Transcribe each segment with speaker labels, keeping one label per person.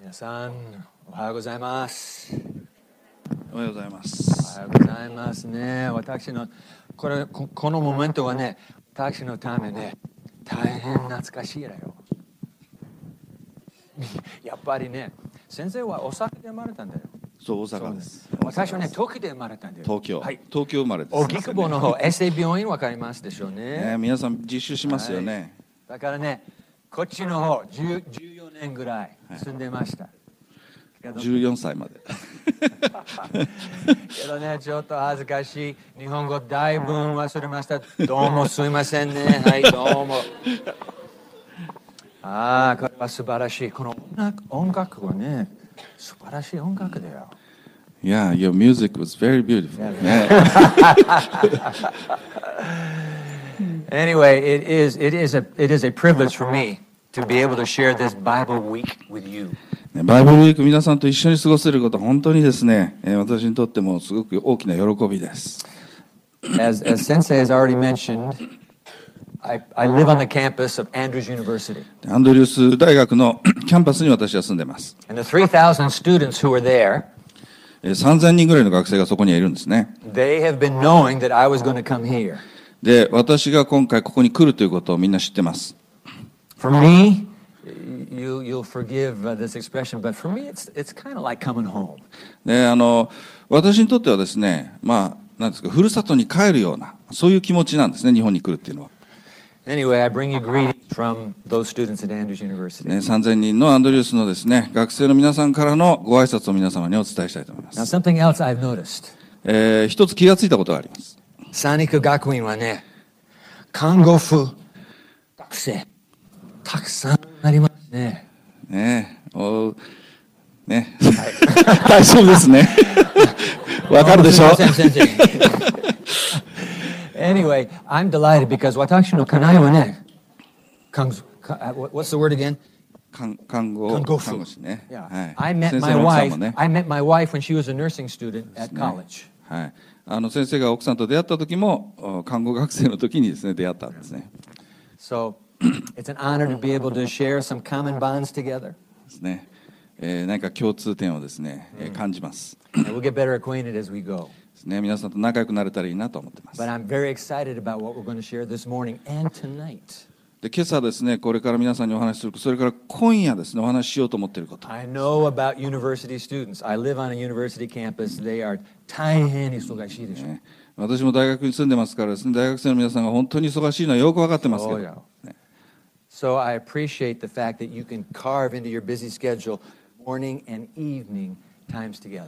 Speaker 1: 皆さんおはようございます
Speaker 2: おはようございま
Speaker 1: お
Speaker 2: す
Speaker 1: は。ようございますね私のこれここのモメントはね私のためね大変懐かしいだよ やっぱりね先生はお酒で生まれたんだよ
Speaker 2: そう、大阪です。
Speaker 1: 私はね東京で生まれたんだよ
Speaker 2: 東京、
Speaker 1: はい
Speaker 2: 東京生まれです。
Speaker 1: 荻窪 の方衛生病院わかりますでしょうね
Speaker 2: ね、皆さん実習しますよね。
Speaker 1: だからねこっちの方10 14年ぐらい住んでました、けど
Speaker 2: 14歳まで。
Speaker 1: けどね、ちょっと恥ずかしい。日本語だいぶん忘れました。どうもすいませんね。はい、どう も。ああ、これは素晴らしい。この音楽音楽はね、素晴らしい音楽だよ。
Speaker 2: yeah, your music was very beautiful. ね、
Speaker 1: Anyway, it is, it is, a, it is a privilege for me to be able to share this Bible week with you.
Speaker 2: ねバイブルウィーク皆さんと一緒に過ごせること本当にですね、えー私にとってもすごく大きな喜びです。
Speaker 1: As, as Sensei has already mentioned, I, I live on the campus of Andrews University.
Speaker 2: アンドリュース大学の キャンパスに私は住んでます。
Speaker 1: And the 3,000 students who are there,
Speaker 2: えー3000人ぐらいの学生がそこにはいるんですね。
Speaker 1: they have been knowing that I was going to come here.
Speaker 2: で、私が今回ここに来るということをみんな知ってます。
Speaker 1: For me, you you'll forgive uh, this expression, but for me, it's it's kind of like coming home.
Speaker 2: であの私にとってはですね、まあ、なんですか、ふるさとに帰るような、そういう気持ちなんですね、日本に来るっていうのは。
Speaker 1: Anyway, I bring you greetings from those students at Andrews University.
Speaker 2: ね、3000人のアンドリュースのですね、学生の皆さんからのご挨拶を皆様にお伝えしたいと思いま
Speaker 1: Now,
Speaker 2: す。
Speaker 1: something else I've noticed.
Speaker 2: えー一つ気がついたことがあります。
Speaker 1: Saniku Gakuin wa ne, kango fu takuse, takusan
Speaker 2: ね、おね、 大丈夫ですね。わかるでしょ
Speaker 1: Anyway, I'm delighted because watashi no kanai wa ne, kango, ka- uh, what- what's the word again?
Speaker 2: 看看護
Speaker 1: 看護婦
Speaker 2: 看護師ね。
Speaker 1: Yeah.
Speaker 2: はい
Speaker 1: I met
Speaker 2: 先生
Speaker 1: my
Speaker 2: の奥さん
Speaker 1: wife.
Speaker 2: もね。
Speaker 1: I met my wife when she was a nursing student at
Speaker 2: ね
Speaker 1: college.
Speaker 2: はい。あの先生が奥さんと出会った時も、お看護学生の時にですね、出会ったんですね。
Speaker 1: So it's an honor to be able to share some common bonds together.
Speaker 2: ですね。えー何か共通点をですね、えー感じます。
Speaker 1: And we'll get better acquainted as we go.
Speaker 2: ですね、皆さんと仲良くなれたらいいなと思ってます。
Speaker 1: But I'm very excited about what we're going to share this morning and tonight.
Speaker 2: で、今朝ですね、これから皆さんにお話しすること、それから今夜ですね、お話ししようと思っていること。
Speaker 1: I know about university students. I live on a university campus. They are 大変忙しいでしょ。
Speaker 2: ね私も大学に住んでますからですね、大学生の皆さんが本当に忙しいのはよく分かってますけど、
Speaker 1: そうよ Oh, So I appreciate the fact that you can carve into your busy schedule morning and evening times together.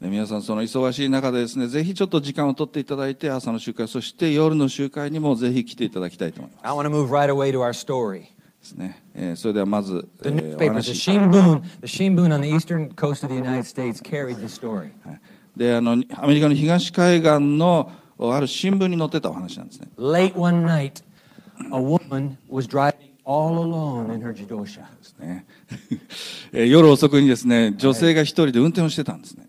Speaker 2: で皆さんその忙しい中でですね、ぜひちょっと時間を取っていただいて、朝の集会、そして夜の集会にもぜひ来ていただきたいと思いま
Speaker 1: I want to move right away to our story.
Speaker 2: すね。えーそれではまず、
Speaker 1: The
Speaker 2: えー
Speaker 1: newspapers, the Shinbun, the Shinbun on the eastern coast of the United States carried the story.
Speaker 2: はいであのアメリカの東海岸のおある新聞に載ってたお話なんですね
Speaker 1: Late one night, a woman was driving all alone in her jidosha.
Speaker 2: ですね えー夜遅くにですね女性が一人で運転をしてたんですね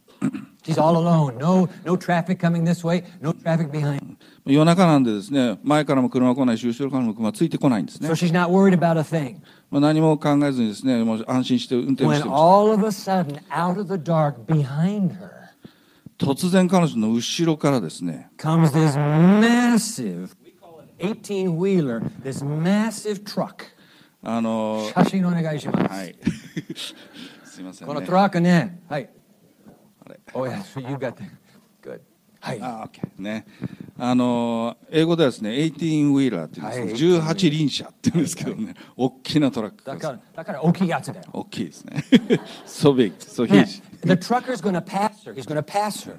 Speaker 1: She's all alone. No, no traffic coming this way. No traffic behind.
Speaker 2: 夜中なんでですね前からも車は来ないし後ろからも車はついてこないんですね
Speaker 1: So、she's not worried about a thing.
Speaker 2: まあ、何も考えずにですねもう安心して運転を
Speaker 1: When
Speaker 2: してまし
Speaker 1: all of a sudden, out of the dark behind her
Speaker 2: た突然彼女の後ろからですね
Speaker 1: comes this massive, we call it 18 wheeler, this massive truck.
Speaker 2: あのーは
Speaker 1: 写真お願いします。
Speaker 2: い すいません、
Speaker 1: この
Speaker 2: ね
Speaker 1: ト、ラックね、はい。
Speaker 2: あれ Ah.
Speaker 1: Oh, yeah, so you got that. Good. はい。
Speaker 2: あ OK ねあのー英語ではですね18ウィーラーっていうんですけど、
Speaker 1: はい
Speaker 2: 18輪車っていうんですけどね、大きなトラックが
Speaker 1: だ
Speaker 2: です
Speaker 1: から、
Speaker 2: ね
Speaker 1: だから大きいやつだよ。
Speaker 2: 大きいですね。so big, so
Speaker 1: ね
Speaker 2: huge、
Speaker 1: the trucker's gonna pass her. He's gonna pass her.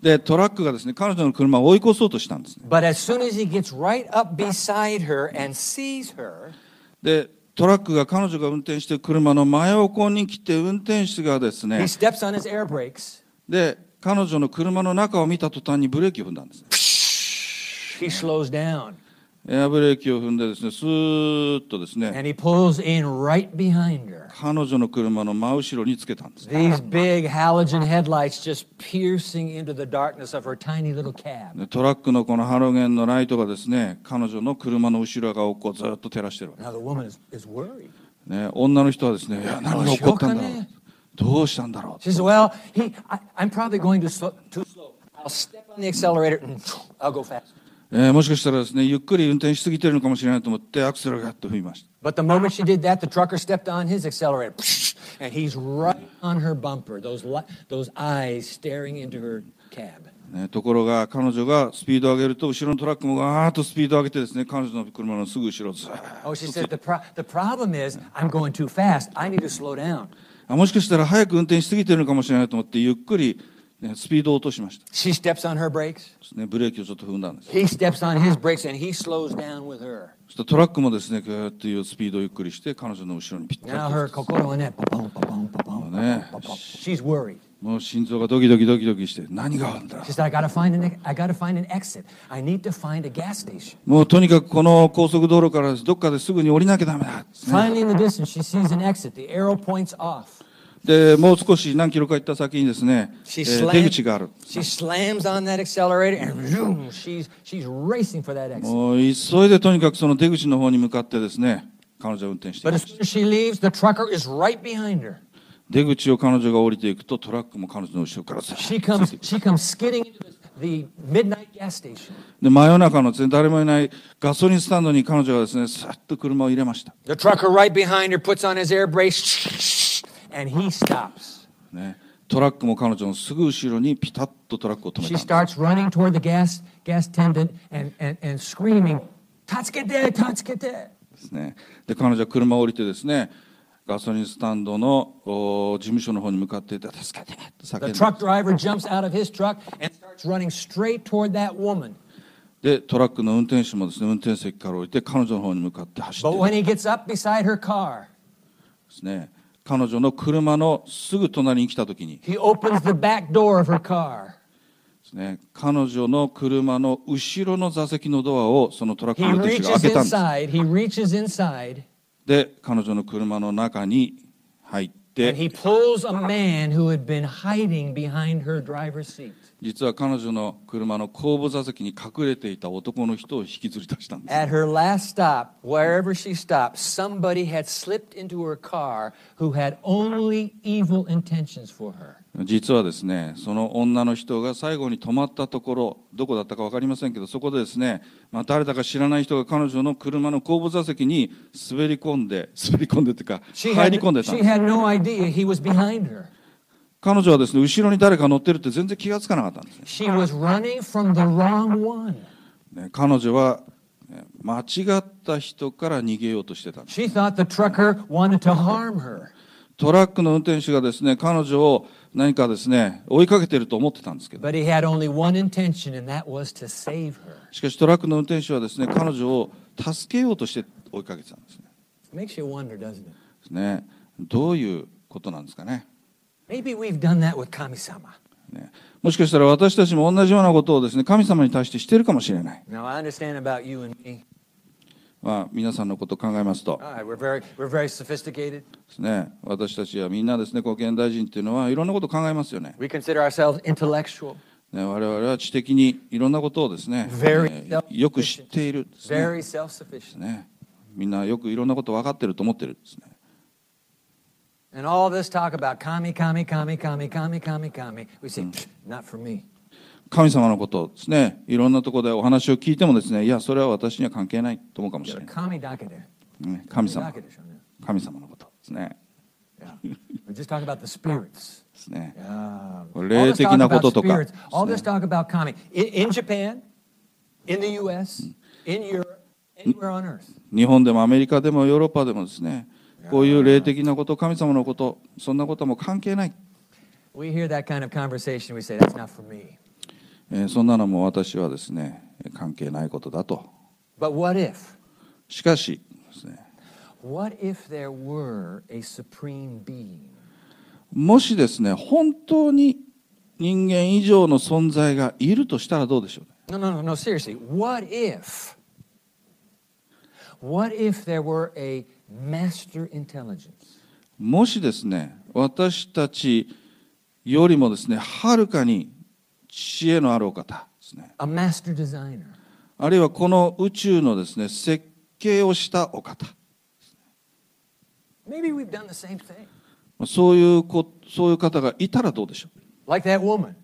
Speaker 2: で、トラックがですね、彼女の車を追い越そうとしたんですね。
Speaker 1: But as soon as he gets right up beside her and sees her,
Speaker 2: で、トラックが彼女が運転している車の真横に来て、運転手がです
Speaker 1: he
Speaker 2: ね、
Speaker 1: steps on his air brakes.
Speaker 2: で、彼女の車の中を見た途端にブレーキを踏んだんですね。
Speaker 1: He slows down
Speaker 2: エアブレーキを踏んでですね、スーッとですね、
Speaker 1: and he pulls in right behind her.
Speaker 2: 彼女の車の真後ろにつけたんです。
Speaker 1: These big halogen headlights just piercing into the darkness of her tiny little cab.
Speaker 2: でトラックのこのハロゲンのライトがですね、彼女の車の後ろ側をこうずっと照らしてるわけ
Speaker 1: Now the woman is, is worried.
Speaker 2: ね、女の人はですね、いや、何が起こったんだろ
Speaker 1: ど
Speaker 2: う
Speaker 1: うしようかね。
Speaker 2: どうしたんだろう
Speaker 1: She says, Well, he, I, I'm probably going too slow, too slow. I'll step on the accelerator and I'll go fast.
Speaker 2: えーもしかしたらですね、ゆっくり運転しすぎてるのかもしれないと思って、アクセルがガッと踏みました。
Speaker 1: But the moment she did that, the trucker stepped on his accelerator. And he's right on her bumper, those, li- those eyes staring into her cab.
Speaker 2: ねところが彼女がスピードを上げると後ろのトラックもガーッとスピードを上げてですね彼女の車のすぐ後ろをずーっ
Speaker 1: Oh, she said, the, pro- the problem is I'm going too fast. I need to slow down.
Speaker 2: あもしかしたら早く運転しすぎてるのかもしれないと思ってゆっくり、ね、スピードを落としました
Speaker 1: She steps on her brakes.
Speaker 2: ねブレーキをちょっと踏んだんです
Speaker 1: He steps on his brakes and he slows down with her.
Speaker 2: そしたらトラックもですねぐーッというスピードをゆっくりして彼女の後ろにぴったり
Speaker 1: Now her
Speaker 2: と
Speaker 1: kokoro ne, pa-pum, pa-pum, pa-pum,
Speaker 2: Yeah.
Speaker 1: pa-pum, pa-pum. She's worried.
Speaker 2: もう心臓がドキドキドキドキして何があるんだ
Speaker 1: She said, I gotta find an, e- I gotta find an exit. I need to find a gas station.
Speaker 2: もうとにかくこの高速道路からどっかですぐに降りなきゃダメだ、
Speaker 1: Finally, in the distance, she sees an exit. The arrow points off.
Speaker 2: でもう少し何キロか行った先にですね、え
Speaker 1: She
Speaker 2: ー
Speaker 1: slams,
Speaker 2: 出口がある
Speaker 1: she slams on that accelerator and zoom, she's, she's racing for that exit.
Speaker 2: もう急いでとにかくその出口の方に向かってですね彼女は運転してい
Speaker 1: But
Speaker 2: ま
Speaker 1: as
Speaker 2: した
Speaker 1: soon as she leaves, the trucker is right behind her.
Speaker 2: 出口を彼女が降りていくとトラックも彼女の後ろからずっと
Speaker 1: She comes, she comes skidding into the, the midnight gas station.
Speaker 2: で真夜中のですね誰もいないガソリンスタンドに彼女がですねさっと車を入れました、
Speaker 1: The trucker right behind her puts on his air brakes and he stops.
Speaker 2: ね、トラックも彼女のすぐ後ろにピタッとトラックを止めた
Speaker 1: She
Speaker 2: んです
Speaker 1: starts running toward the gas, gas attendant and, and, and screaming, Tatsukete, Tatsukete.
Speaker 2: ねで彼女は車を降りてですねガソリンスタンドのお事務所の方に向かっていって助けてと叫
Speaker 1: The
Speaker 2: んで
Speaker 1: truck driver jumps out of his truck and starts running straight toward that woman.
Speaker 2: でトラックの運転手もですね運転席から降りて彼女の方に向かって走っ
Speaker 1: But
Speaker 2: てい
Speaker 1: when
Speaker 2: っ
Speaker 1: he gets up beside her car,
Speaker 2: ですね彼女の車のすぐ隣に来た時に
Speaker 1: he opens the back door of her car.
Speaker 2: ですね、彼女の車の後ろの座席のドアをそのトラック
Speaker 1: He
Speaker 2: の運転手が
Speaker 1: reaches
Speaker 2: 開けたんです
Speaker 1: inside. He reaches inside
Speaker 2: で彼女の車の中に入っ
Speaker 1: and
Speaker 2: て
Speaker 1: he pulls a man who had been hiding behind her driver's seat.
Speaker 2: 実は彼女の車の後部座席に隠れていた男の人を引きずり出したんです
Speaker 1: At her last stop, wherever she stopped, somebody had slipped into her car who had only evil intentions for her.
Speaker 2: 実はですねその女の人が最後に止まったところどこだったか分かりませんけどそこでですね、まあ、誰だか知らない人が彼女の車の後部座席に滑り込んで滑り込んでっていうか
Speaker 1: She
Speaker 2: 入り込んで
Speaker 1: had,
Speaker 2: たん
Speaker 1: she
Speaker 2: です
Speaker 1: had no idea he was behind her.
Speaker 2: 彼女はですね後ろに誰か乗ってるって全然気がつかなかったんですね
Speaker 1: She was running from the wrong one.
Speaker 2: ね彼女はね間違った人から逃げようとしてたんです
Speaker 1: She thought the trucker wanted to harm her.
Speaker 2: トラックの運転手がですね彼女を何かですね追いかけてると思ってたんですけど
Speaker 1: But he had only one intention, and that was to save her.
Speaker 2: しかしトラックの運転手はですね彼女を助けようとして追いかけてたんですね
Speaker 1: Makes you wonder, doesn't it?
Speaker 2: ですねどういうことなんですかね
Speaker 1: Maybe we've done that with Kami-sama.
Speaker 2: ねもしかしたら私たちも同じようなことをですね神様に対してしてるかもしれない、
Speaker 1: Now I understand about you and me.
Speaker 2: まあ、皆さんのことを考えますと
Speaker 1: All right, we're very we're very sophisticated.
Speaker 2: ですね私たちはみんなですねこう現代人っていうのはいろんなことを考えますよね
Speaker 1: We consider ourselves intellectual,
Speaker 2: ね、我々は知的にいろんなことをですね、
Speaker 1: Very
Speaker 2: えーよく知っているですね
Speaker 1: very
Speaker 2: です
Speaker 1: self-sufficient.
Speaker 2: ねみんなよくいろんなこと分かってると思ってるですね
Speaker 1: And all this talk about kami, kami, kami, kami, kami, kami, kami. We say, "Pfft, not for me.
Speaker 2: 神様のことをですねいろんなところでお話を聞いてもですねいやそれは私には関係ないと思うかもし
Speaker 1: You're
Speaker 2: れな
Speaker 1: a kami
Speaker 2: い、
Speaker 1: dakade.
Speaker 2: ね、神様
Speaker 1: Dakade, shouldn't
Speaker 2: 神様のことですね
Speaker 1: it? Yeah. We're just talking about the spirits.
Speaker 2: ですね
Speaker 1: Yeah.
Speaker 2: 霊的なことと
Speaker 1: All this talk about
Speaker 2: か
Speaker 1: spirits, all this talk about kami. In, in Japan, in the U.S., in Europe, anywhere on earth.
Speaker 2: 日本でもアメリカでもヨーロッパでもですねこういう霊的なこと神様のことそんなことはもう関係ない、
Speaker 1: We hear that kind of conversation, we say, that's not for me.
Speaker 2: えーそんなのも私はですね関係ないことだと
Speaker 1: But what if?
Speaker 2: しかしですね
Speaker 1: What if there were a supreme being?
Speaker 2: もしですね本当に人間以上の存在がいるとしたらどうでしょうね
Speaker 1: No, no, no, no, seriously. What if? What if there were a master intelligence?
Speaker 2: もしですね私たちよりもですねはるかに知恵のあるお方ですね
Speaker 1: A master designer?
Speaker 2: あるいはこの宇宙のですね設計をしたお方
Speaker 1: Maybe we've done the same thing.
Speaker 2: まあそういうこそういう方がいたらどうでしょう
Speaker 1: Like that woman.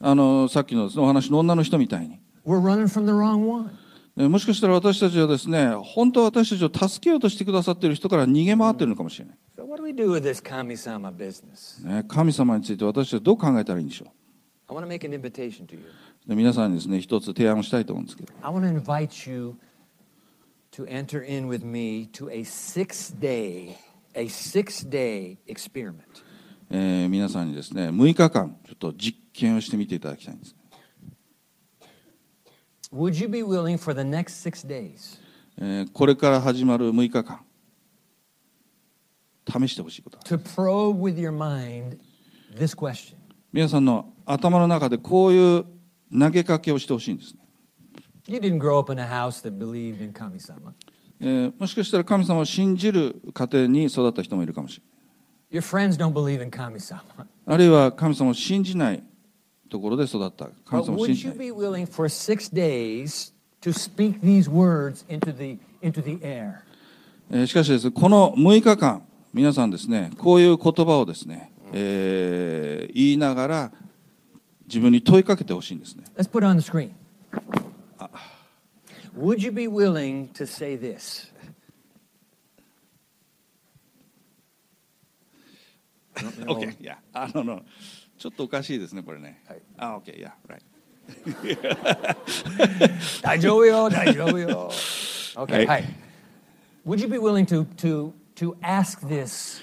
Speaker 2: あのさっきのです、ね、お話の女の人みたいに
Speaker 1: We're running from the wrong one.
Speaker 2: えもしかしたら私たちはですね本当は私たちを助けようとしてくださっている人から逃げ回っているのかもしれない、
Speaker 1: So what do we do with this kami-sama business?
Speaker 2: ね、神様について私たちはどう考えたらいいんでしょ
Speaker 1: I want to make an invitation to you.
Speaker 2: うで皆さんにですね一つ提案をしたいと思うんですけど
Speaker 1: I want to invite you to enter in with me to a six-day, a six-day experiment.
Speaker 2: えー皆さんにですね6日間ちょっと実験をしてみていただきたいんです、
Speaker 1: Would you be willing for the next six days
Speaker 2: えーこれから始まる6日間試してほしいことがある
Speaker 1: to probe with your mind this question?
Speaker 2: 皆さんの頭の中でこういう投げかけをしてほしいんですね、
Speaker 1: You didn't grow up in a house that believed in kami-sama.
Speaker 2: えーもしかしたら神様を信じる家庭に育った人もいるかもしれない
Speaker 1: Your friends don't believe in kami-sama.
Speaker 2: あるいは神様を信じないところで育った神
Speaker 1: But
Speaker 2: 様を
Speaker 1: would
Speaker 2: 信じ
Speaker 1: you
Speaker 2: ない
Speaker 1: be willing for six days to speak these words into the, into the air?
Speaker 2: えーしかしですねこの6日間皆さんですねこういう言葉をですね、えー言いながら自分に問いかけてほしいんですね
Speaker 1: Let's put it on the screen. Uh, Would you be willing to say this?
Speaker 2: OK いやあののちょっとおかしいですねこれね、
Speaker 1: はい
Speaker 2: あ OK いや right
Speaker 1: 大丈夫よ、大丈夫よ。Okay,
Speaker 2: は
Speaker 1: hi.
Speaker 2: い。
Speaker 1: Would you be willing to, to, to ask this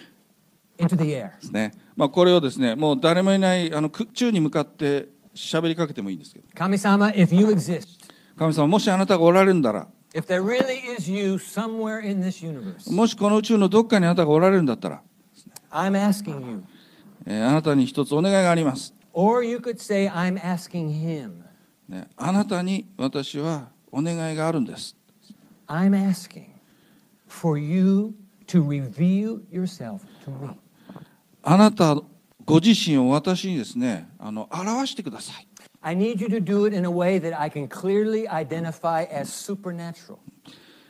Speaker 1: into the air?
Speaker 2: ですねまあこれをですねもう誰もいないあのく宙に向かって喋りかけてもいいんですけど
Speaker 1: Kami-sama, if you exist,
Speaker 2: 神様もしあなたがおられるんだら
Speaker 1: if there really is you somewhere in this universe,
Speaker 2: もしこの宇宙のどっかにあなたがおられるんだったら、
Speaker 1: I'm asking you.
Speaker 2: えーあなたに一つお願いがあります、
Speaker 1: Or you could say, I'm asking him.
Speaker 2: ね、あなたに私はお願いがあるんです
Speaker 1: I'm asking for you to reveal yourself to me.
Speaker 2: あなたご自身を私にですねあの表してください
Speaker 1: I need you to do it in a way that I can clearly identify as supernatural.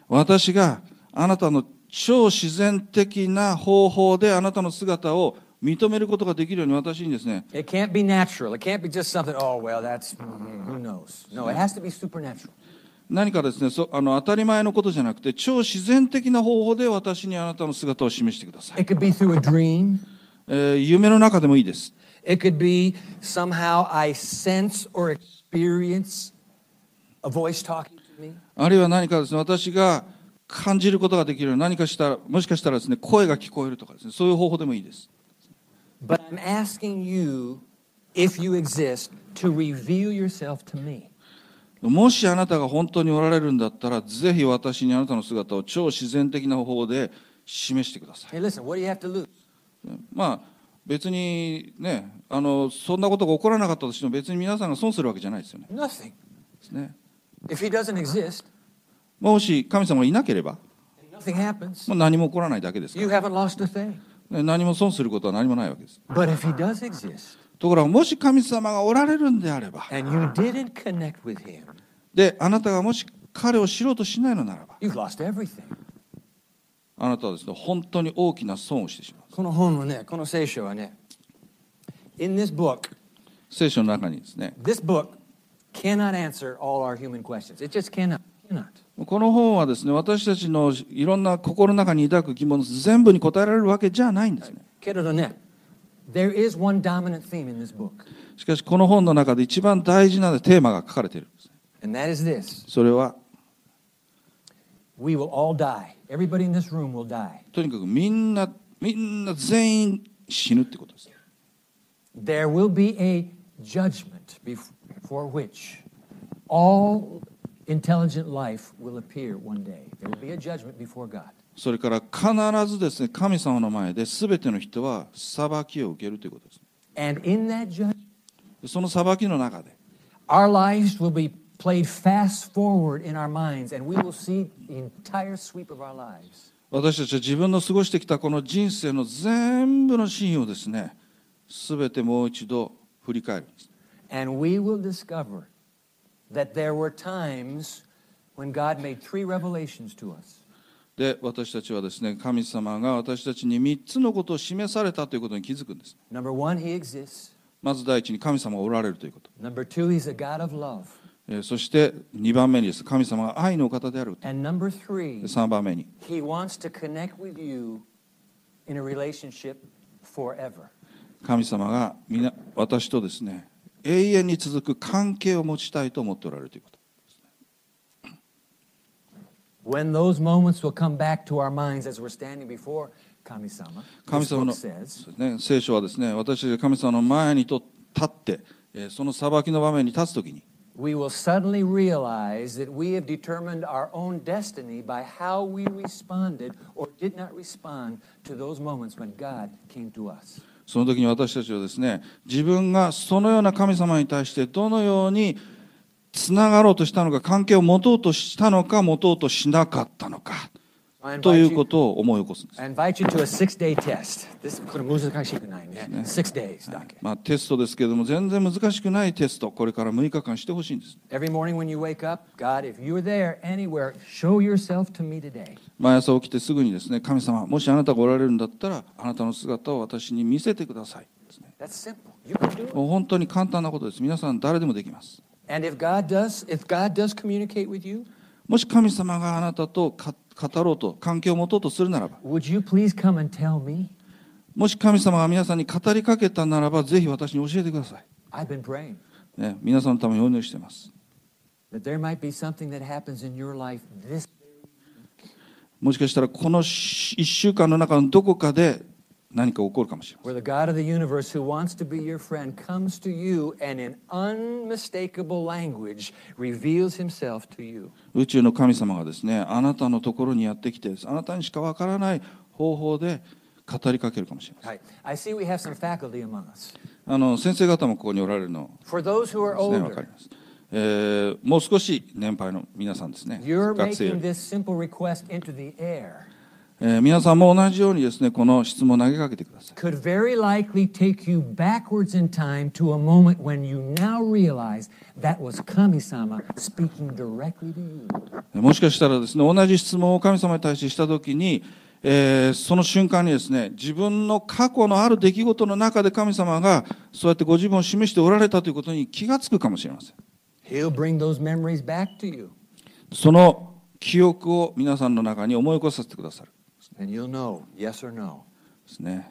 Speaker 2: 私があなたの超自然的な方法であなたの姿を認めることができるように私にですね
Speaker 1: It can't be natural. It can't be just something, oh, well, that's, mm, who knows. No, it has to be supernatural.
Speaker 2: 何かですねそあの当たり前のことじゃなくて超自然的な方法で私にあなたの姿を示してください、
Speaker 1: It could be through a dream.
Speaker 2: えー夢の中でもいいです
Speaker 1: It could be somehow I sense or experience a voice talking to me.
Speaker 2: あるいは何かですね私が感じることができるように何かしたらもしかしたらですね声が聞こえるとかですねそういう方法でもいいです
Speaker 1: But I'm asking you, if you exist, to reveal yourself to me.
Speaker 2: もしあなたが本当におられるんだったらぜひ私にあなたの姿を超自然的な方法で示してくださ
Speaker 1: Hey, listen, what do you have to lose?
Speaker 2: いまあ別にねあのそんなことが起こらなかったとしても別に皆さんが損するわけじゃないですよね
Speaker 1: Nothing.
Speaker 2: ですね
Speaker 1: If he doesn't exist,
Speaker 2: もし神様がいなければ、
Speaker 1: and nothing happens.
Speaker 2: まあ、何も起こらないだけですか
Speaker 1: You
Speaker 2: ら
Speaker 1: haven't lost a thing.
Speaker 2: ね何も損することは何もないわけです
Speaker 1: But if he does exist
Speaker 2: ところがもし神様がおられるんであれば
Speaker 1: and you didn't connect with him,
Speaker 2: であなたがもし彼を知ろうとしないのならば
Speaker 1: you've lost everything.
Speaker 2: あなたはですね本当に大きな損をしてしまう
Speaker 1: In this book,
Speaker 2: 聖書の中にですね
Speaker 1: this book cannot answer all our human questions. It just cannot. Cannot.
Speaker 2: この本はですね私たちのいろんな心の中に抱く疑問全部に答えられるわけじゃないんですね
Speaker 1: けれどね, There is one dominant theme in this book,
Speaker 2: しかしこの本の中で一番大事なテーマが書かれているんですね
Speaker 1: and that is this.
Speaker 2: それは
Speaker 1: We will all die. Everybody in this room will die.
Speaker 2: とにかくみんなみんな全員死ぬってことですね
Speaker 1: There will be a judgment bef- before which all intelligent life will appear one day. There will be a judgment before God.
Speaker 2: それから必ずですね神様の前で全ての人は裁きを受けるということです
Speaker 1: And in that judgment,
Speaker 2: でその裁きの中で
Speaker 1: Our lives will be played fast forward in our minds, and we will see the entire sweep of our lives.
Speaker 2: 私たちは自分の過ごしてきたこの人生の全部のシーンをですね全てもう一度振り返るんです
Speaker 1: And we will discover that there were times when God made three revelations to us.
Speaker 2: で私たちはですね神様が私たちに3つのことを示されたということに気づくんです
Speaker 1: Number one, He exists.
Speaker 2: まず第一に神様がおられるということ、
Speaker 1: Number two, He's a God of love.
Speaker 2: えーそして2番目にです神様が愛のお方である
Speaker 1: And number three,
Speaker 2: 3番目に
Speaker 1: He wants to connect with you in a relationship forever.
Speaker 2: 神様が皆私とですね永遠に続く関係を持ちたいと思っておられるということ
Speaker 1: When those moments will come back to our minds as we're standing before Kami-sama,
Speaker 2: 神
Speaker 1: this
Speaker 2: 様
Speaker 1: book
Speaker 2: の、
Speaker 1: says,
Speaker 2: そうですね、聖書はですね私たちが神様の前にと立って、えーその裁きの場面に立つときに
Speaker 1: we will suddenly realize that we have determined our own destiny by how we responded or did not respond to those moments when God came to us.
Speaker 2: その時に私たちはですね自分がそのような神様に対してどのようにつながろうとしたのか関係を持とうとしたのか持とうとしなかったのか
Speaker 1: I
Speaker 2: と
Speaker 1: invite
Speaker 2: いう
Speaker 1: you,
Speaker 2: ことを思い起こすんです、
Speaker 1: I invite you to a six-day test. This これ難しくないね。Six days. だけ。
Speaker 2: まあ、テストですけれども全然難しくないテストこれから6日間してほしいんです
Speaker 1: Every morning when you wake up, God, if you're there anywhere, show yourself to me today.
Speaker 2: 毎朝起きてすぐにですね神様もしあなたがおられるんだったらあなたの姿を私に見せてくださいですね
Speaker 1: That's simple. You can do it.
Speaker 2: もう本当に簡単なことです皆さん誰でもできます
Speaker 1: And if God does, if God does communicate with you,
Speaker 2: もし神様があなたとか語ろうと関係を持とうとするならば
Speaker 1: would you please come and tell me?
Speaker 2: もし神様が皆さんに語りかけたならば、ぜひ私に教えてくださ
Speaker 1: I've been praying
Speaker 2: い。ね、皆さんのためにお祈りしています。
Speaker 1: that there might be something that happens in your life this
Speaker 2: もしかしたら、この1週間の中のどこかで何か起こるかもしれません。
Speaker 1: where the God of the universe who wants to be your friend comes to you and in unmistakable language reveals himself to you.
Speaker 2: 宇宙の神様がですね、あなたのところにやってきて、あなたにしかわからない方法で語りかけるかもしれませ
Speaker 1: Right.
Speaker 2: ん。
Speaker 1: I see we have some faculty among us.
Speaker 2: あの先生方もここにおられるの
Speaker 1: For those who are
Speaker 2: ですね、わかり
Speaker 1: older,
Speaker 2: ます。えーもう少し年配の皆さんですね、
Speaker 1: you're
Speaker 2: 学生よ
Speaker 1: making
Speaker 2: り、
Speaker 1: this simple request into the air.
Speaker 2: えー皆さんも同じようにですね、この質問を投げかけてください。
Speaker 1: could very likely take you backwards in time to a moment when you now realize that was Kami-sama speaking directly to you.
Speaker 2: もしかしたらですね、同じ質問を神様に対してしたときに、えーその瞬間にですね、自分の過去のある出来事の中で神様が、そうやってご自分を示しておられたということに気がつくかもしれません。
Speaker 1: He'll bring those memories back to you,
Speaker 2: その記憶を皆さんの中に思い起こさせてくださる。
Speaker 1: and you'll know yes or no.
Speaker 2: ですね。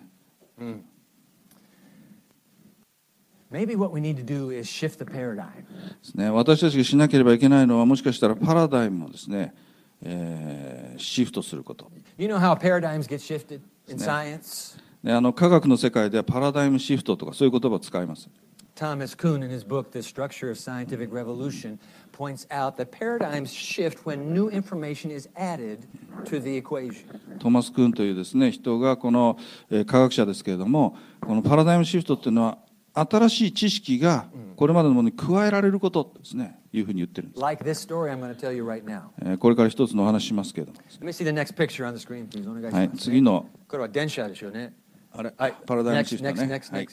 Speaker 1: Maybe what we need to do is shift the paradigm.
Speaker 2: ですね私たちがしなければいけないのは、もしかしたらパラダイムをですね、えーシフトすること。
Speaker 1: You know how paradigms get shifted in
Speaker 2: Yeah.
Speaker 1: science?
Speaker 2: ね、あの科学の世界ではパラダイムシフトとかそういう言葉を使います。
Speaker 1: Thomas Kuhn, in his book, The Structure of Scientific Revolution, points out that paradigms shift when new information is added to the equation.
Speaker 2: トーマス・クーンというですね人がこの、えー科学者ですけれどもこのパラダイムシフトっていうのは新しい知識がこれまでのものに加えられることですねいうふうに言ってるんです、
Speaker 1: Like this story I'm going to tell you right now.
Speaker 2: えーこれから一つのお話しますけれども
Speaker 1: Let me see the next picture on the screen, please. お願いします、
Speaker 2: はい次の
Speaker 1: これは電車でしょうね。
Speaker 2: あれ、
Speaker 1: はい、
Speaker 2: パラダイムシフトね
Speaker 1: Next, next, next,
Speaker 2: はい
Speaker 1: next.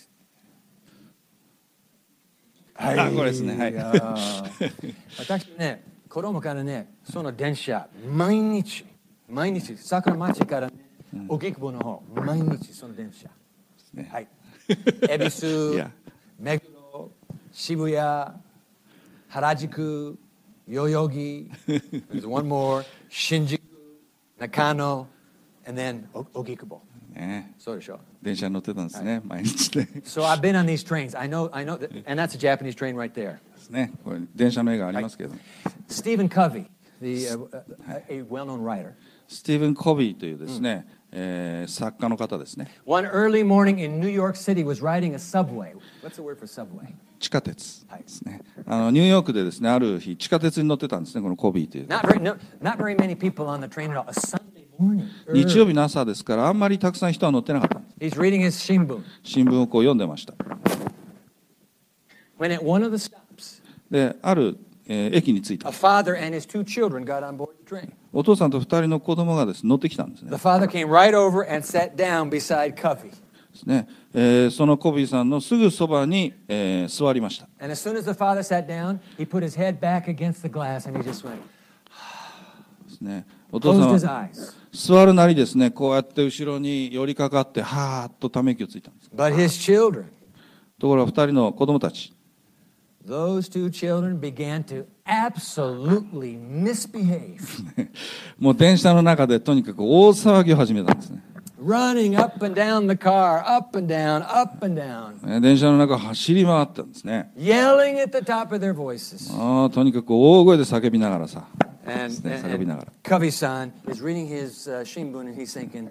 Speaker 2: はいあこれですねはい
Speaker 1: やー 私ね、子供からね、その電車、毎日、毎日、桜町から、ね、荻窪の方、毎日その電車。
Speaker 2: ね
Speaker 1: はい。恵比寿
Speaker 2: Yeah、
Speaker 1: 目黒、渋谷、原宿、代々 木、there's one more、新宿、中野、and then お荻窪。
Speaker 2: ね
Speaker 1: そうでしょ。
Speaker 2: 電車に乗ってたんですね、毎日ねで
Speaker 1: So I've been on these trains. I know, I know, that, and that's a Japanese train right there.
Speaker 2: すねこれ電車の絵がありますけれども、
Speaker 1: Stephen Covey, the, uh, uh, a well-known writer.
Speaker 2: スティーブン・コビーというですね、えー作家の方ですね
Speaker 1: One early morning in New York City was riding a subway. What's the word for subway?
Speaker 2: 地下鉄
Speaker 1: はい
Speaker 2: ですね、あのニューヨークでですねある日地下鉄に乗ってたんですねこのコビーという
Speaker 1: Not very, no, not very many people on the train at all. A Sunday morning.
Speaker 2: 日曜日の朝ですからあんまりたくさん人は乗ってなかったんです
Speaker 1: He's reading his shinbun.
Speaker 2: 新聞をこう読んでました
Speaker 1: When at one of the stops,
Speaker 2: である、えー駅に着い
Speaker 1: a
Speaker 2: た
Speaker 1: father and his two children got on board the train.
Speaker 2: お父さんと2人の子供がですね乗ってきたんですね
Speaker 1: The father came right over and sat down beside Covey.
Speaker 2: ですね、えーそのコビーさんのすぐそばに、えー座りました
Speaker 1: And as soon as the father sat down, he put his head back against the glass and he just went,
Speaker 2: ですねお父
Speaker 1: closed
Speaker 2: さん
Speaker 1: his
Speaker 2: は
Speaker 1: eyes.
Speaker 2: 座るなりですねこうやって後ろに寄りかかってはーっとため息をついたんです
Speaker 1: But his children,
Speaker 2: ところが2人の子供たち
Speaker 1: those two children, began to absolutely misbehave,
Speaker 2: もう電車の中でとにかく大騒ぎを始めたんですね
Speaker 1: running up and down the car, up and down, up and down,
Speaker 2: えー電車の中を走り回ったんですね
Speaker 1: yelling at the top of their voices.
Speaker 2: あーとにかく大声で叫びながらさ
Speaker 1: And,
Speaker 2: ですね
Speaker 1: and,
Speaker 2: 叫びながら
Speaker 1: and Covey-san is reading his uh, Shinbun and he's thinking,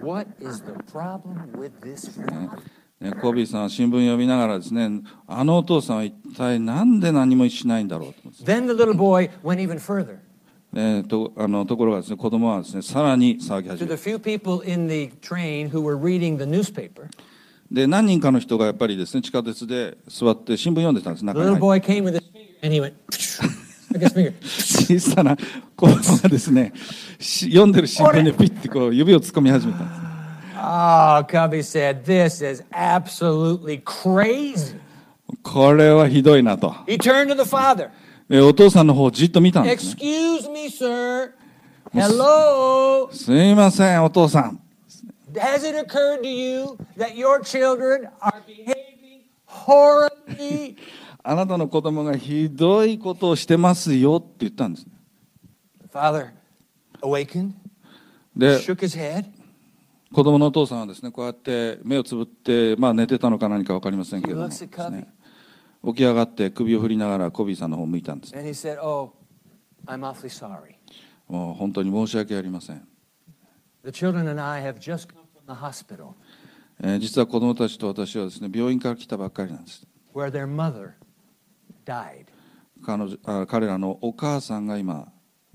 Speaker 1: what is the problem with this father?
Speaker 2: ね、コビーさんは新聞読みながらですねあのお父さんは一体なんで何もしないんだろうと思って
Speaker 1: Then the little boy went even further
Speaker 2: えーとあのところがですね子供はですねさらに騒ぎ
Speaker 1: to
Speaker 2: 始め
Speaker 1: the few
Speaker 2: る
Speaker 1: people in the train who were reading the newspaper.
Speaker 2: で何人かの人がやっぱりですね地下鉄で座って新聞読んでたんで
Speaker 1: The
Speaker 2: す中
Speaker 1: little
Speaker 2: に入っ
Speaker 1: boy came with his finger and he went, like his finger.
Speaker 2: て小さな子供がですねし読んでる新聞でピッてこう指を突っ込み始めたんです
Speaker 1: Oh, Covey said, this is absolutely crazy.
Speaker 2: これはひどいなと
Speaker 1: He turned to the father.
Speaker 2: でお父さんの方をじっと見たんですね
Speaker 1: Excuse me, sir. Hello.
Speaker 2: すいませんお父さん
Speaker 1: Has it occurred to you that your children are behaving horribly?
Speaker 2: あなたの子供がひどいことをしてますよって言ったんですね
Speaker 1: The father awakened,
Speaker 2: で
Speaker 1: shook his head.
Speaker 2: 子供のお父さんはですねこうやって目をつぶって、まあ、寝てたのか何か分かりませんけど
Speaker 1: He
Speaker 2: も
Speaker 1: looks at Covey.
Speaker 2: ですね起き上がって首を振りながらコビーさんの方を向いたんです
Speaker 1: And he said, Oh, I'm awfully sorry.
Speaker 2: もう本当に申し訳ありません、
Speaker 1: The children and I have just come from the hospital
Speaker 2: えー実は子供たちと私はですね病院から来たばっかりなんです
Speaker 1: where their mother died.
Speaker 2: 彼女あ彼らのお母さんが今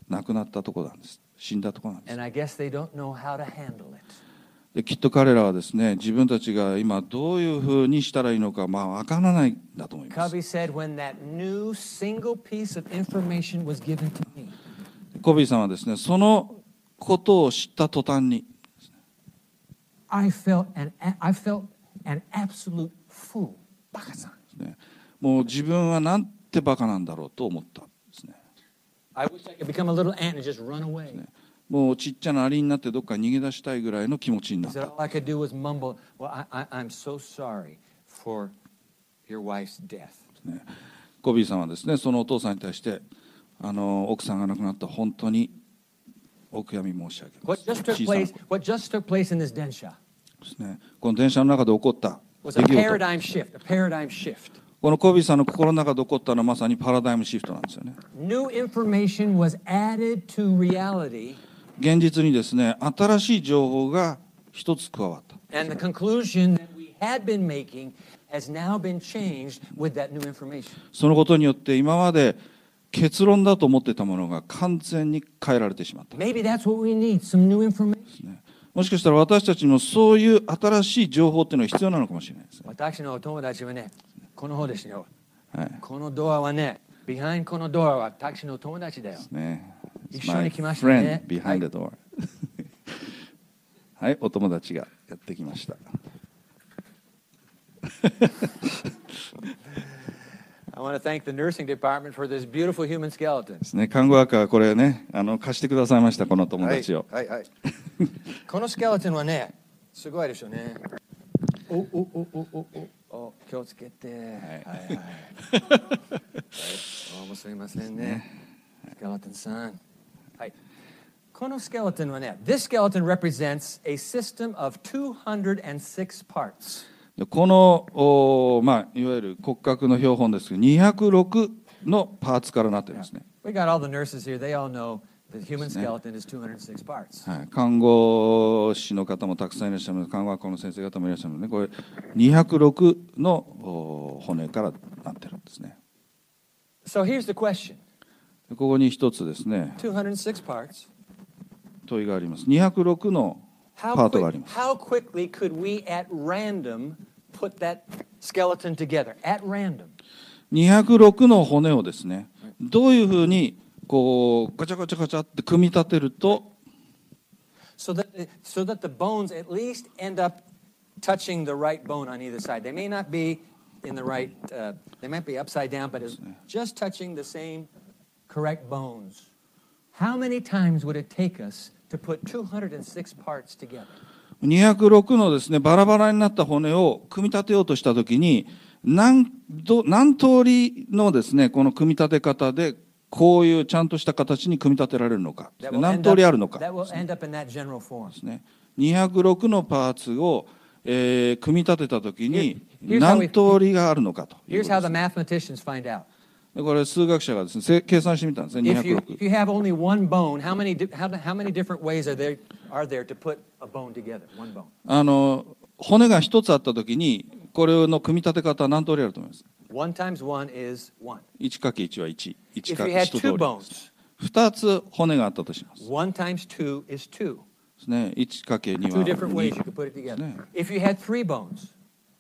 Speaker 2: 亡くなったとこなんです死んだとこなんです
Speaker 1: And I guess they don't know how to handle it.
Speaker 2: できっと彼らはですね自分たちが今どういうふうにしたらいいのかまあ分からないんだと思います
Speaker 1: Covey said, When that new single piece of information was given to me,
Speaker 2: コビーさんはですねそのことを知った途端に
Speaker 1: I felt an, I felt an absolute fool. バカさん。
Speaker 2: ね、もう自分はなんてバカなんだろうと思ったんですね
Speaker 1: I wish I could become a little ant and just run away.
Speaker 2: もうちっちゃなアリになってどっか逃げ出したいぐらいの気持ちに
Speaker 1: He
Speaker 2: なっ
Speaker 1: said,
Speaker 2: た
Speaker 1: All I could do was mumble, Well, I, I, I'm so sorry for your wife's death.
Speaker 2: コビーさんはですねそのお父さんに対してあの奥さんが亡くなった本当にお悔やみ申し上げま
Speaker 1: What
Speaker 2: す
Speaker 1: just took
Speaker 2: 小さなこ
Speaker 1: place,
Speaker 2: と
Speaker 1: what just took place in this densha
Speaker 2: ですねこの電車の中で起こった出
Speaker 1: was
Speaker 2: 来
Speaker 1: a
Speaker 2: 事
Speaker 1: paradigm shift, a paradigm shift.
Speaker 2: このコビーさんの心の中で起こったのはまさにパラダイムシフトなんですよね
Speaker 1: New information was added to reality,
Speaker 2: 現実にですね新しい情報が一つ加わった
Speaker 1: and the conclusion that we had been making has now been changed with that new information.
Speaker 2: そのことによって今まで結論だと思ってたものが完全に変えられてしまった
Speaker 1: Maybe that's what we need some new information.
Speaker 2: もしかしたら私たちにもそういう新しい情報っていうのが必要なのかもしれないですね。
Speaker 1: 私のお友達はね、この方ですよ。
Speaker 2: はい
Speaker 1: このドアはね、ビハインこのドアは私の友達だよ。
Speaker 2: ね
Speaker 1: 一緒に来ましたね
Speaker 2: It's my friend behind the door はい、お友達がやってきました。
Speaker 1: I want to thank the nursing department for this beautiful human skeleton.
Speaker 2: ですね、看護学はこれね、あの貸してくださいました、この友達を。
Speaker 1: はいはい はい、このスケルトンはね、すごいでしょうね。おおおおおおお気をつけて。はい はい。どうもすみませんね。スケルトンさん。はい。このスケルトンはね、This skeleton represents a system of 206 parts.
Speaker 2: でこのお、まあ、いわゆる骨格の標本ですけど、206のパーツからなってるんですね。
Speaker 1: We got all the nurses here. They all know the human skeleton is 206 parts.
Speaker 2: はい、看護師の方もたくさんいらっしゃるので、看護学校の先生方もいらっしゃるので、これ206のお骨からなってるんですね。
Speaker 1: So here's the question.
Speaker 2: ここに一つですね、
Speaker 1: 206 parts.
Speaker 2: 問いがあります。206のパ
Speaker 1: How,
Speaker 2: ート
Speaker 1: quick-
Speaker 2: があります。
Speaker 1: how quickly could we at random put that skeleton together? At random.
Speaker 2: 206の骨をですね、どういうふうにこうガチャガチャガチャって組み立てると、
Speaker 1: So that, so that the bones at least end up touching the right bone on either side. They may not be in the right, uh, they might be upside down, but it's just touching the same correct bones. How many times would it take us to put 206 parts together?
Speaker 2: 206のですね、バラバラになった骨を組み立てようとしたときに、何ど何通りのですね、この組み立て方で、こういうちゃんとした形に組み立てられるのか、
Speaker 1: That will,
Speaker 2: 何
Speaker 1: end
Speaker 2: 通
Speaker 1: up,
Speaker 2: りあるのか
Speaker 1: that will end up in that general form.
Speaker 2: ですね。206のパーツを、えー組み立てたときに、
Speaker 1: Here- here's how
Speaker 2: 何
Speaker 1: we-
Speaker 2: 通りがあるのかという
Speaker 1: Here's
Speaker 2: こと
Speaker 1: how
Speaker 2: で
Speaker 1: the
Speaker 2: すね
Speaker 1: mathematicians find out.
Speaker 2: でこれ、数学者がですね、せ計算してみたんですね、
Speaker 1: If you,
Speaker 2: 206
Speaker 1: if。you have only one bone, how many, di- how, how many different ways are there, are there to put a bone together? One bone.
Speaker 2: あの骨が一つあったときに、これの組み立て方は何通りあると思います
Speaker 1: One times one is one.
Speaker 2: 1×1 は1。1
Speaker 1: If
Speaker 2: か
Speaker 1: you had
Speaker 2: 1通り
Speaker 1: two
Speaker 2: です。
Speaker 1: bones,
Speaker 2: 2つ骨があったとします。
Speaker 1: one times two is two.
Speaker 2: ですね、1×2
Speaker 1: Two
Speaker 2: は
Speaker 1: different ways you
Speaker 2: 2
Speaker 1: could put it together.
Speaker 2: Yeah.
Speaker 1: If you had three bones,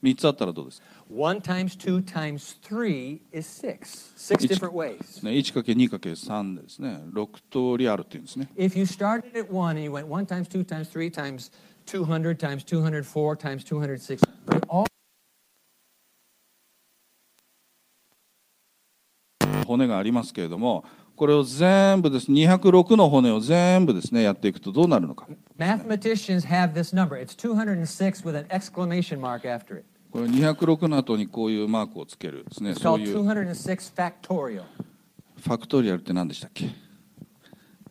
Speaker 2: 3つあったらどうですか、
Speaker 1: one times two times three is six. Six
Speaker 2: Each-
Speaker 1: different ways.
Speaker 2: ね、?1×2×3 でですね、6通りあるっていうんですね。
Speaker 1: If you started at one and you went one times two times three times 200 times 204 times 206, they all
Speaker 2: 骨がありますけれども、これを全部です、206の骨を全部ですね、やっていくとどうなるのか。
Speaker 1: mathematicians have this number. It's 206 with an exclamation mark after it.
Speaker 2: これ206の後にこういうマークをつけるですね、
Speaker 1: It's
Speaker 2: そう
Speaker 1: called
Speaker 2: いうフ
Speaker 1: 206 factorial.
Speaker 2: ァクトリアルって何でしたっけ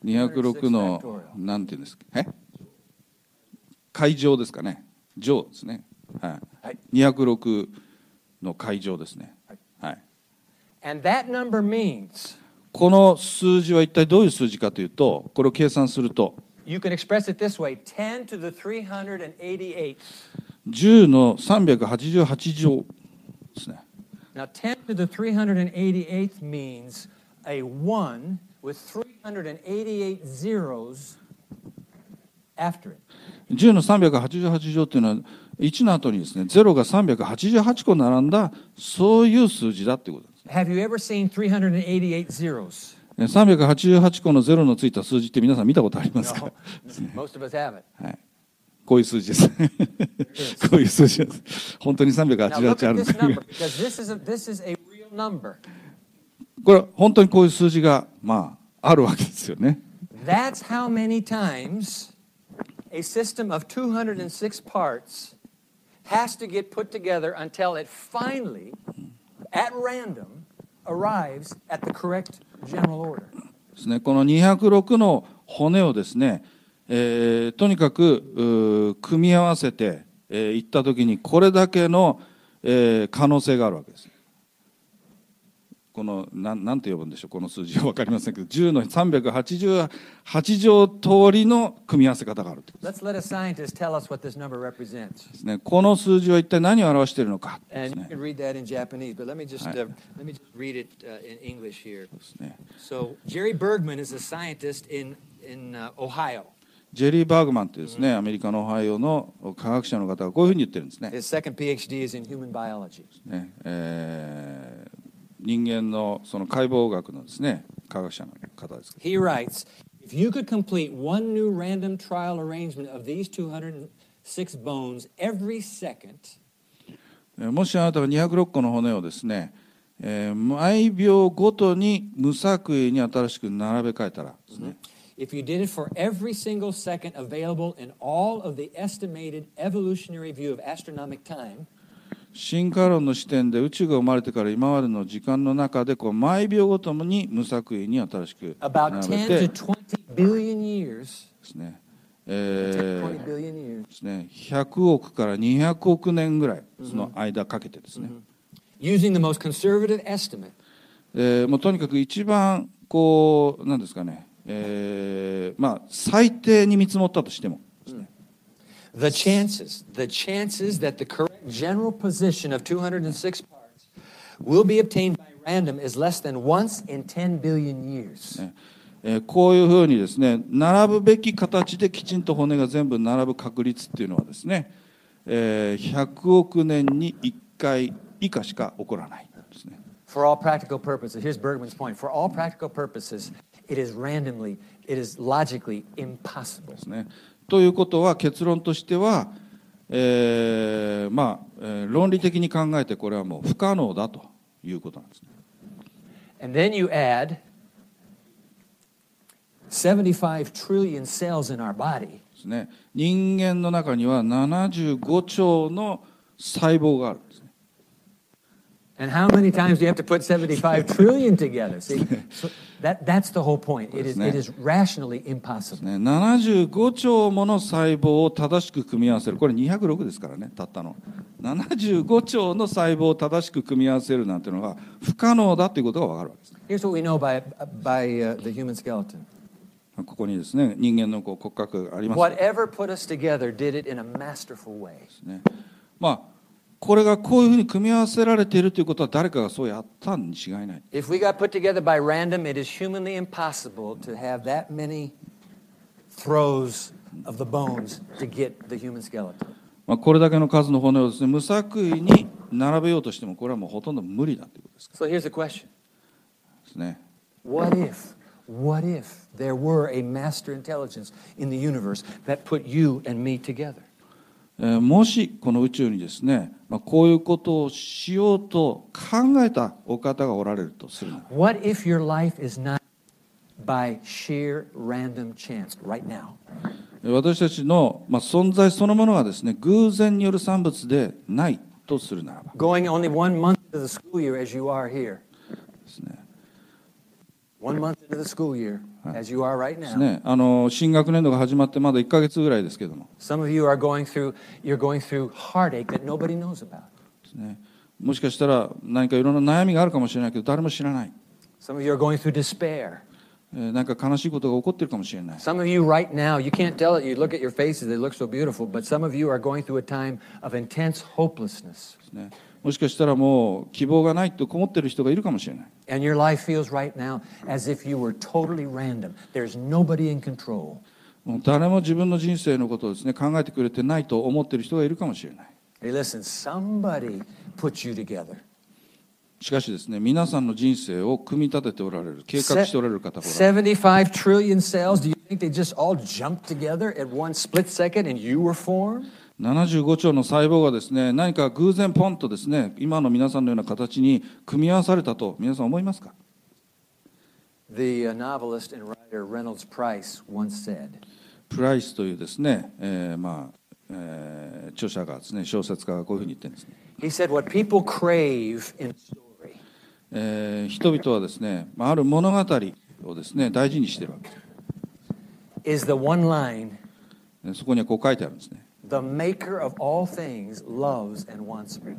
Speaker 2: ?206 の、なんていうんですか、え会場ですかね。乗ですね。はい。
Speaker 1: はい
Speaker 2: 206の会場ですね。
Speaker 1: はい
Speaker 2: はい。
Speaker 1: And that number means
Speaker 2: この数字は一体どういう数字かというと、これを計算すると、
Speaker 1: you can express it this way 10 to the 388.
Speaker 2: 10の388乗ですね。
Speaker 1: Now, 10 to the 388th means a 1 with 388 zeros after it.
Speaker 2: 10の388乗というのは、1の後にですね、0が388個並んだ、そういう数字だということです。
Speaker 1: Have you ever seen 388 zeros?
Speaker 2: ね388個の0のついた数字って皆さん見たことありますか、
Speaker 1: No, most of us haven't.
Speaker 2: はい。こういう数字 です。こういう数字です。本当に
Speaker 1: Now look
Speaker 2: 388あ
Speaker 1: at
Speaker 2: るんで
Speaker 1: this
Speaker 2: すけ
Speaker 1: number
Speaker 2: ど
Speaker 1: because this is a this is a real number.
Speaker 2: これ、本当にこういう数字が、まあ、あるわけですよね。
Speaker 1: That's how many times a system of 206 parts has to get put together until it finally, at random, arrives at the correct general order.
Speaker 2: ですね、この206の骨をですね、えーとにかくうー組み合わせてい、えーいったときに、これだけの、えー可能性があるわけです。このなんなんて呼ぶんでしょう、この数字は分かりませんけど、10の388乗通りの組み合わせ方があるってこと
Speaker 1: Let's let a scientist tell us what this number represents.
Speaker 2: ですね。この数字は一体何を表しているのかです
Speaker 1: And you
Speaker 2: ね。
Speaker 1: can read that in Japanese, but let me just
Speaker 2: Right.
Speaker 1: uh, let me just read it uh, in English here.
Speaker 2: ですね
Speaker 1: So Jerry Bergman is a scientist in in uh, Ohio.
Speaker 2: ジェリー・バーグマンっていうですね、アメリカのオハイオの科学者の方がこういうふうに言ってるんですね。
Speaker 1: His second PhD is in human biology.
Speaker 2: ねえー人間のその解剖学のですね科学者の方ですけ
Speaker 1: He writes, if you could complete one new random trial arrangement of these 206 bones every second,
Speaker 2: どえーもしあなたが206個の骨をですね、えー毎秒ごとに無作為に新しく並べ替えたらですね、
Speaker 1: if you did it for every single second available in all of the estimated evolutionary view of astronomic time,
Speaker 2: 進化論の視点で宇宙が生まれてから今までの時間の中でこう毎秒ごとに無作為に新しく
Speaker 1: about
Speaker 2: 並べ
Speaker 1: 10
Speaker 2: て
Speaker 1: to
Speaker 2: で
Speaker 1: 20 billion years,
Speaker 2: すね、
Speaker 1: 10 to 20
Speaker 2: えーで
Speaker 1: billion years,
Speaker 2: すね100億から200億年ぐらいその間かけてですね、
Speaker 1: using the most conservative estimate,
Speaker 2: えーもうとにかく一番こうなんですかね、えーまあ最低に見積もったとしてもですね、
Speaker 1: the chances, the chances that the correct general position of 206 parts will be obtained by random is less than once in 10 billion years.
Speaker 2: ねえーこういうふうにですね並ぶべき形できちんと骨が全部並ぶ確率っていうのはですね、えー100億年に1回以下しか起こらないですね
Speaker 1: For all practical purposes, here's Bergman's point. For all practical purposes, it is randomly, it is logically impossible.
Speaker 2: ですね。ということは結論としては、えーまあ、えー論理的に考えてこれはもう不可能だということなんですね。
Speaker 1: And then you add 75 trillion cells in our body.
Speaker 2: ですね人間の中には75兆の細胞があるんですね
Speaker 1: And how many times do you have to put 75 trillion together? See, so that, that's the whole point. It is, it is rationally
Speaker 2: です
Speaker 1: impossible.
Speaker 2: ね75兆もの細胞を正しく組み合わせるこれ206ですからねたったの75兆の細胞を正しく組み合わせるなんていうのが不可能だということが分かるわけです
Speaker 1: Here's what we know by, by uh, the human skeleton
Speaker 2: ここにですね人間のこう骨格がありますけど
Speaker 1: whatever put us together did it in a masterful way.
Speaker 2: ですねまあこれがこういうふうに組み合わせられているということは誰かがそうやったに違いない
Speaker 1: If we got put together by random, it is humanly impossible to have that many throws of the bones to get the human skeleton.
Speaker 2: まあ、これだけの数の骨をですね無作為に並べようとしてもこれはもうほとんど無理だということですか
Speaker 1: So here's the question
Speaker 2: らですね
Speaker 1: What if, what if there were a master intelligence in the universe that put you and me together?
Speaker 2: えーもしこの宇宙にですね、まあ、こういうことをしようと考えたお方がおられるとするなら
Speaker 1: What if your life is not by sheer random chance right now?
Speaker 2: 私たちの、まあ、存在そのものがですね偶然による産物でないとするならば
Speaker 1: Going only one month into the school year as you are here,
Speaker 2: ですね
Speaker 1: one month into the school year as you are right
Speaker 2: で
Speaker 1: now.
Speaker 2: すねあの新学年度が始まってまだ1ヶ月ぐらいですけども
Speaker 1: Some of you are going through you're going through heartache that nobody knows about.
Speaker 2: ですねもしかしたら何かいろんな悩みがあるかもしれないけど誰も知らない、
Speaker 1: Some of you are going through despair.
Speaker 2: えーなんか悲しいことが起こってるかもしれない
Speaker 1: Some of you right now, you can't tell it. You look at your faces, they look so beautiful, but some of you are going through a time of intense hopelessness.
Speaker 2: ですねもしかしたらもう希望がないと思ってる人がいるかもしれない
Speaker 1: And your life feels right now as if you were totally random. There's nobody in control.
Speaker 2: もう誰も自分の人生のことをですね考えてくれてないと思ってる人がいるかもしれない
Speaker 1: Hey, listen, somebody put you together.
Speaker 2: しかしですね皆さんの人生を組み立てておられる計画しておられる方がおられる
Speaker 1: 75 trillion cells, do you think they just all jumped together at one split second and you were formed?
Speaker 2: 75兆の細胞がですね何か偶然ポンとですね今の皆さんのような形に組み合わされたと皆さん思いますか
Speaker 1: The uh, novelist and writer Reynolds Price once said,
Speaker 2: プライスというですね、えーまあえー著者がですね小説家がこういうふうに言ってるんですね、
Speaker 1: he said, what people crave in story
Speaker 2: えー人々はですね、まあ、ある物語をですね大事にしてるわけで
Speaker 1: is
Speaker 2: す
Speaker 1: the one line,
Speaker 2: でそこにはこう書いてあるんですね
Speaker 1: the maker of all things loves and wants me.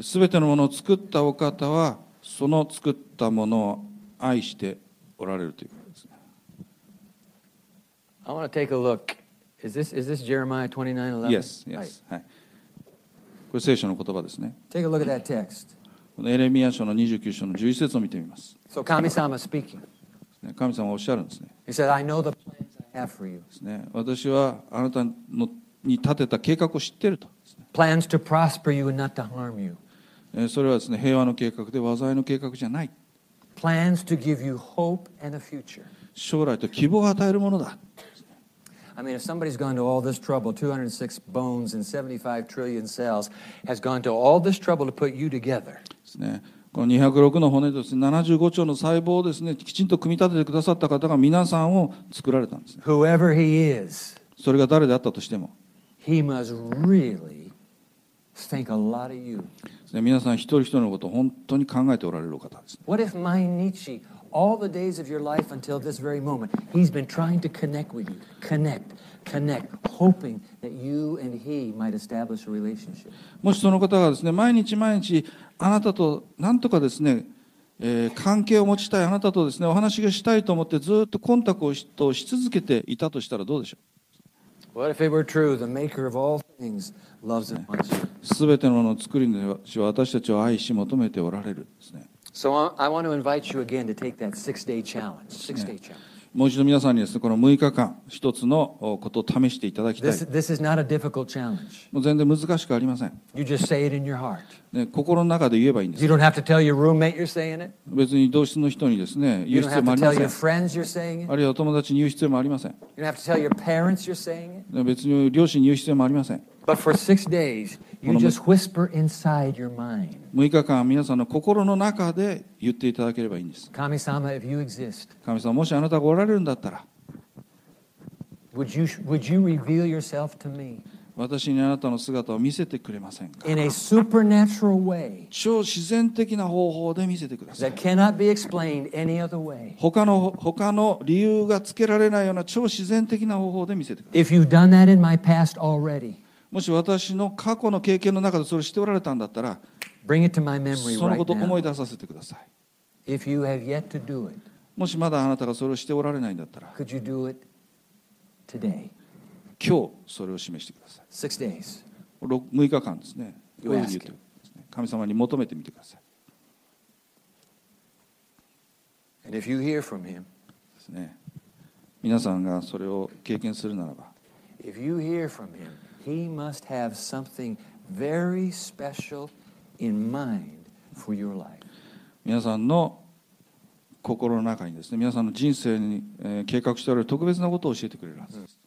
Speaker 2: すべてのものを作ったお方はその作ったものを愛しておられるということですね
Speaker 1: I want to take a look. Is this, is this Jeremiah 29, 11?
Speaker 2: Yes, yes はい、これ聖書の言葉ですね
Speaker 1: Take a look at that text.
Speaker 2: このエレミア書の29章の11節を見てみます
Speaker 1: So Kami-sama speaking.
Speaker 2: ですね神様はおっしゃるんですね
Speaker 1: He said, I know the plans I have for you.
Speaker 2: ですね私はあなたのに立てた計画を知っているとですね
Speaker 1: Plans to prosper you and not to harm you.
Speaker 2: えーそれはですね平和の計画で災いの計画じゃない
Speaker 1: Plans to give you hope and a future.
Speaker 2: 将来と希望を与えるものだ
Speaker 1: I mean, if somebody's gone to all this trouble, 206 bones and 75 trillion cells, has gone to all this trouble to put you together,
Speaker 2: ですねこの206の骨とですね75兆の細胞をですねきちんと組み立ててくださった方が皆さんを作られたんですね
Speaker 1: whoever he is,
Speaker 2: それが誰であったとしても
Speaker 1: he must really think a lot of you.
Speaker 2: ですね皆さん一人一人のことを本当に考えておられるお方ですね
Speaker 1: What if my Nietzsche, all the days of your life until this very moment, he's been trying to connect with you, connect, connect, hoping that you and he might establish a relationship.
Speaker 2: もしその方がですね毎日毎日あなたとなんとかですね、えー関係を持ちたいあなたとですねお話がしたいと思ってずっとコンタクトをしとし続けていたとしたらどうでしょう
Speaker 1: What if it were true, the maker of all things loves and wants you?
Speaker 2: すべてのものを作り主は私たちを愛し求めておられるですね
Speaker 1: So I I want to invite you again to take that six day challenge. Six day challenge.
Speaker 2: もう一度皆さんにですねこの6日間一つのおことを試していただきたい
Speaker 1: This, this is not a difficult challenge.
Speaker 2: もう全然難しくありません、
Speaker 1: You just say it in your heart.
Speaker 2: ね、心の中で言えばいいんです
Speaker 1: You don't have to tell your roommate you're saying it.
Speaker 2: 別に同室の人にですね
Speaker 1: You
Speaker 2: 言う
Speaker 1: don't
Speaker 2: 必要
Speaker 1: have
Speaker 2: もあ
Speaker 1: to
Speaker 2: りま
Speaker 1: tell
Speaker 2: せ
Speaker 1: your friends you're
Speaker 2: ん
Speaker 1: saying it.
Speaker 2: あるいはお友達に言う必要もありません
Speaker 1: You don't have to tell your parents you're saying it.
Speaker 2: 別に両親に言う必要もありません
Speaker 1: But for six days, you
Speaker 2: Bueno, me-
Speaker 1: just whisper inside your mind
Speaker 2: 6日間皆さんの心の中で言っていただければいいんです
Speaker 1: Kami sama, if you exist,
Speaker 2: 神様もしあなたがおられるんだったら
Speaker 1: would you, would you reveal yourself to me
Speaker 2: 私にあなたの姿を見せてくれませんか
Speaker 1: in a supernatural way
Speaker 2: 超自然的な方法で見せてください
Speaker 1: that cannot be explained any other way?
Speaker 2: 他の他の理由がつけられないような超自然的な方法で見せてください
Speaker 1: If you've done that in my past already,
Speaker 2: もし私の過去の経験の中でそれをしておられたんだったら
Speaker 1: bring it to my memory
Speaker 2: そのこ
Speaker 1: right
Speaker 2: とを思
Speaker 1: now.
Speaker 2: い出させてください
Speaker 1: If you have yet to do it,
Speaker 2: もしまだあなたがそれをしておられないんだったら
Speaker 1: could you do it today?
Speaker 2: 今日それを示してください
Speaker 1: Six days.
Speaker 2: 6, 6日間ですね
Speaker 1: You
Speaker 2: こういうふうに言ってくださいね神様に求めてみてください
Speaker 1: And if you hear from him,
Speaker 2: ですね皆さんがそれを経験するならば
Speaker 1: if you hear from him, he must have something very special in mind for your life.
Speaker 2: 皆さんの心の中にですね皆さんの人生に、えー計画しておられる特別なことを教えてくれるはずです、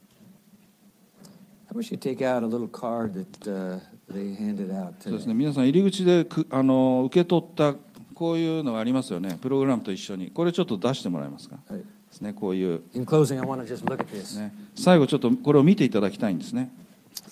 Speaker 1: I wish you'd take out a little card that uh, they handed out
Speaker 2: そうですね
Speaker 1: today.
Speaker 2: 皆さん入り口でくあの受け取ったこういうのがありますよねプログラムと一緒にこれちょっと出してもらえますか、
Speaker 1: はい
Speaker 2: ですねこういう、
Speaker 1: Uh, In closing, I want to just look at this.
Speaker 2: ね、最後ちょっとこれを見ていただきたいんですね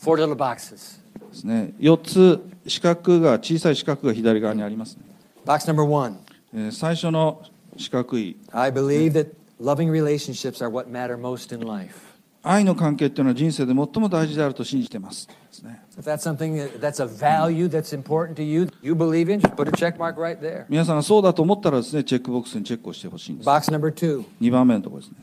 Speaker 1: Four little boxes.
Speaker 2: ですね4つ四角が小さい四角が左側にありますね、
Speaker 1: Box number one
Speaker 2: えー最初の四角い
Speaker 1: I believe that loving relationships are what matter most in life.
Speaker 2: 愛の関係っていうのは人生で最も大事であると信じてますですね
Speaker 1: If that's something that- that's a value that's important to you, you believe in, just put a check mark right there.
Speaker 2: 皆さんがそうだと思ったらですねチェックボックスにチェックをしてほしいんです
Speaker 1: Box number two
Speaker 2: 2番目のところですね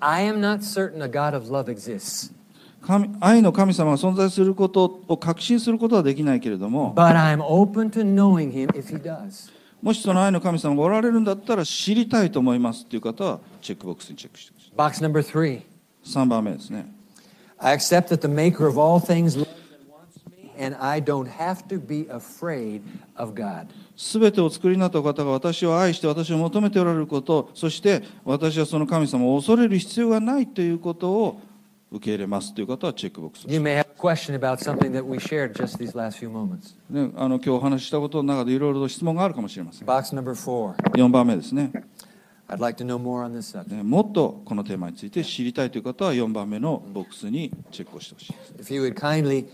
Speaker 1: I am not certain a God of love exists,
Speaker 2: 神愛の神様が存在することを確信することはできないけれども
Speaker 1: but I'm open to knowing Him if He does.
Speaker 2: もしその愛の神様がおられるんだったら知りたいと思いますっていう方はチェックボックスにチェックしてほしい
Speaker 1: Box number three
Speaker 2: 3番目ですね
Speaker 1: I accept that the Maker of all things loves and wants me, and I don't have to be afraid of God.
Speaker 2: すべてをお作りになったお方が私を愛して私を求めておられることそして私はその神様を恐れる必要がないということを受け入れますという方はチェックボックス、ね、
Speaker 1: You may have a question about something that we shared just these last few moments.
Speaker 2: あの今日お話ししたことの中でいろいろと質問があるかもしれません
Speaker 1: Box number four
Speaker 2: 4番目ですね
Speaker 1: I'd like to know more on this subject.
Speaker 2: ねもっとこのテーマについて知りたいという方は4番目のボックスにチェックをしてほしいです
Speaker 1: If you would kindly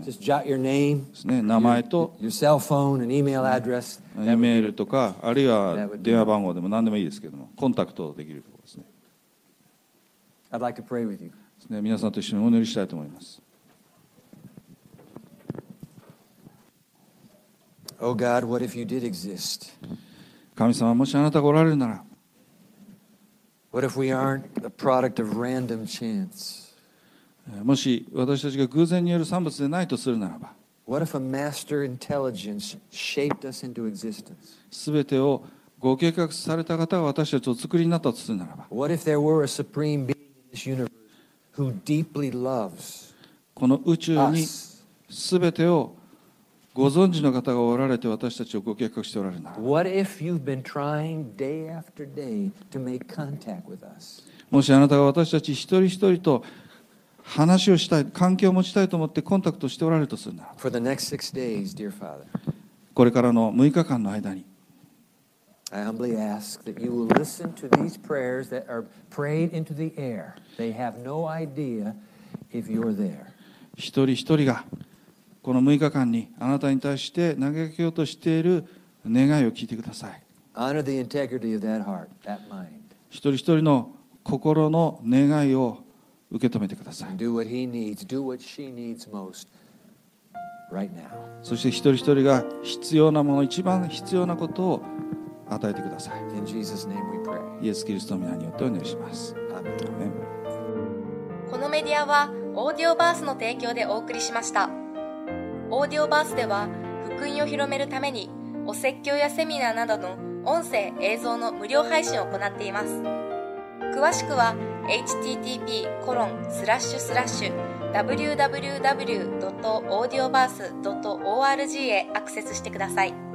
Speaker 1: just jot your name,
Speaker 2: ですね名前と
Speaker 1: your cell phone, and email address.
Speaker 2: えーメールとかあるいは
Speaker 1: that would be-
Speaker 2: 電話番号でも何でもいいですけどもコンタクトできるところですね
Speaker 1: I'd like to pray with you.
Speaker 2: ですね皆さんと一緒にお祈りしたいと思います。
Speaker 1: Oh God, what if you did exist?
Speaker 2: 神様もしあなたがおられるなら
Speaker 1: What if we aren't the product of random chance?
Speaker 2: えーもし私たちが偶然による産物でないとするならば
Speaker 1: What if a master intelligence shaped us into existence?
Speaker 2: 全てをご計画された方が私たちをお作りになったとするならば
Speaker 1: What if there were a supreme being in this universe who deeply loves
Speaker 2: この宇宙に
Speaker 1: us?
Speaker 2: 全てをご存知の方がおられて私たちをご計画しておられるなら
Speaker 1: What if you've been trying day after day to make contact with us?
Speaker 2: もしあなたが私たち一人一人と話をしたい関係を持ちたいと思ってコンタクトしておられるとするなら
Speaker 1: For the next six days, dear Father,
Speaker 2: これからの6日間の間に
Speaker 1: I humbly ask that you will listen to these prayers that are prayed into the air. They have no idea if you're there.
Speaker 2: 一人一人がこの6日間にあなたに対して投げかけようとしている願いを聞いてください
Speaker 1: Honor the integrity of that heart, that mind,
Speaker 2: 一人一人の心の願いを受け止めてください
Speaker 1: and do what he needs, do what she needs most right now.
Speaker 2: そして一人一人が必要なもの一番必要なことを与えてくださ
Speaker 1: In Jesus' name we pray.
Speaker 2: いイエス・キリストの皆によってお祈りします、
Speaker 1: Amen.
Speaker 2: アーメン
Speaker 3: このメディアはオーディオバースの提供でお送りしましたオーディオバースでは福音を広めるためにお説教やセミナーなどの音声映像の無料配信を行っています詳しくは http://www.audioverse.org へアクセスしてください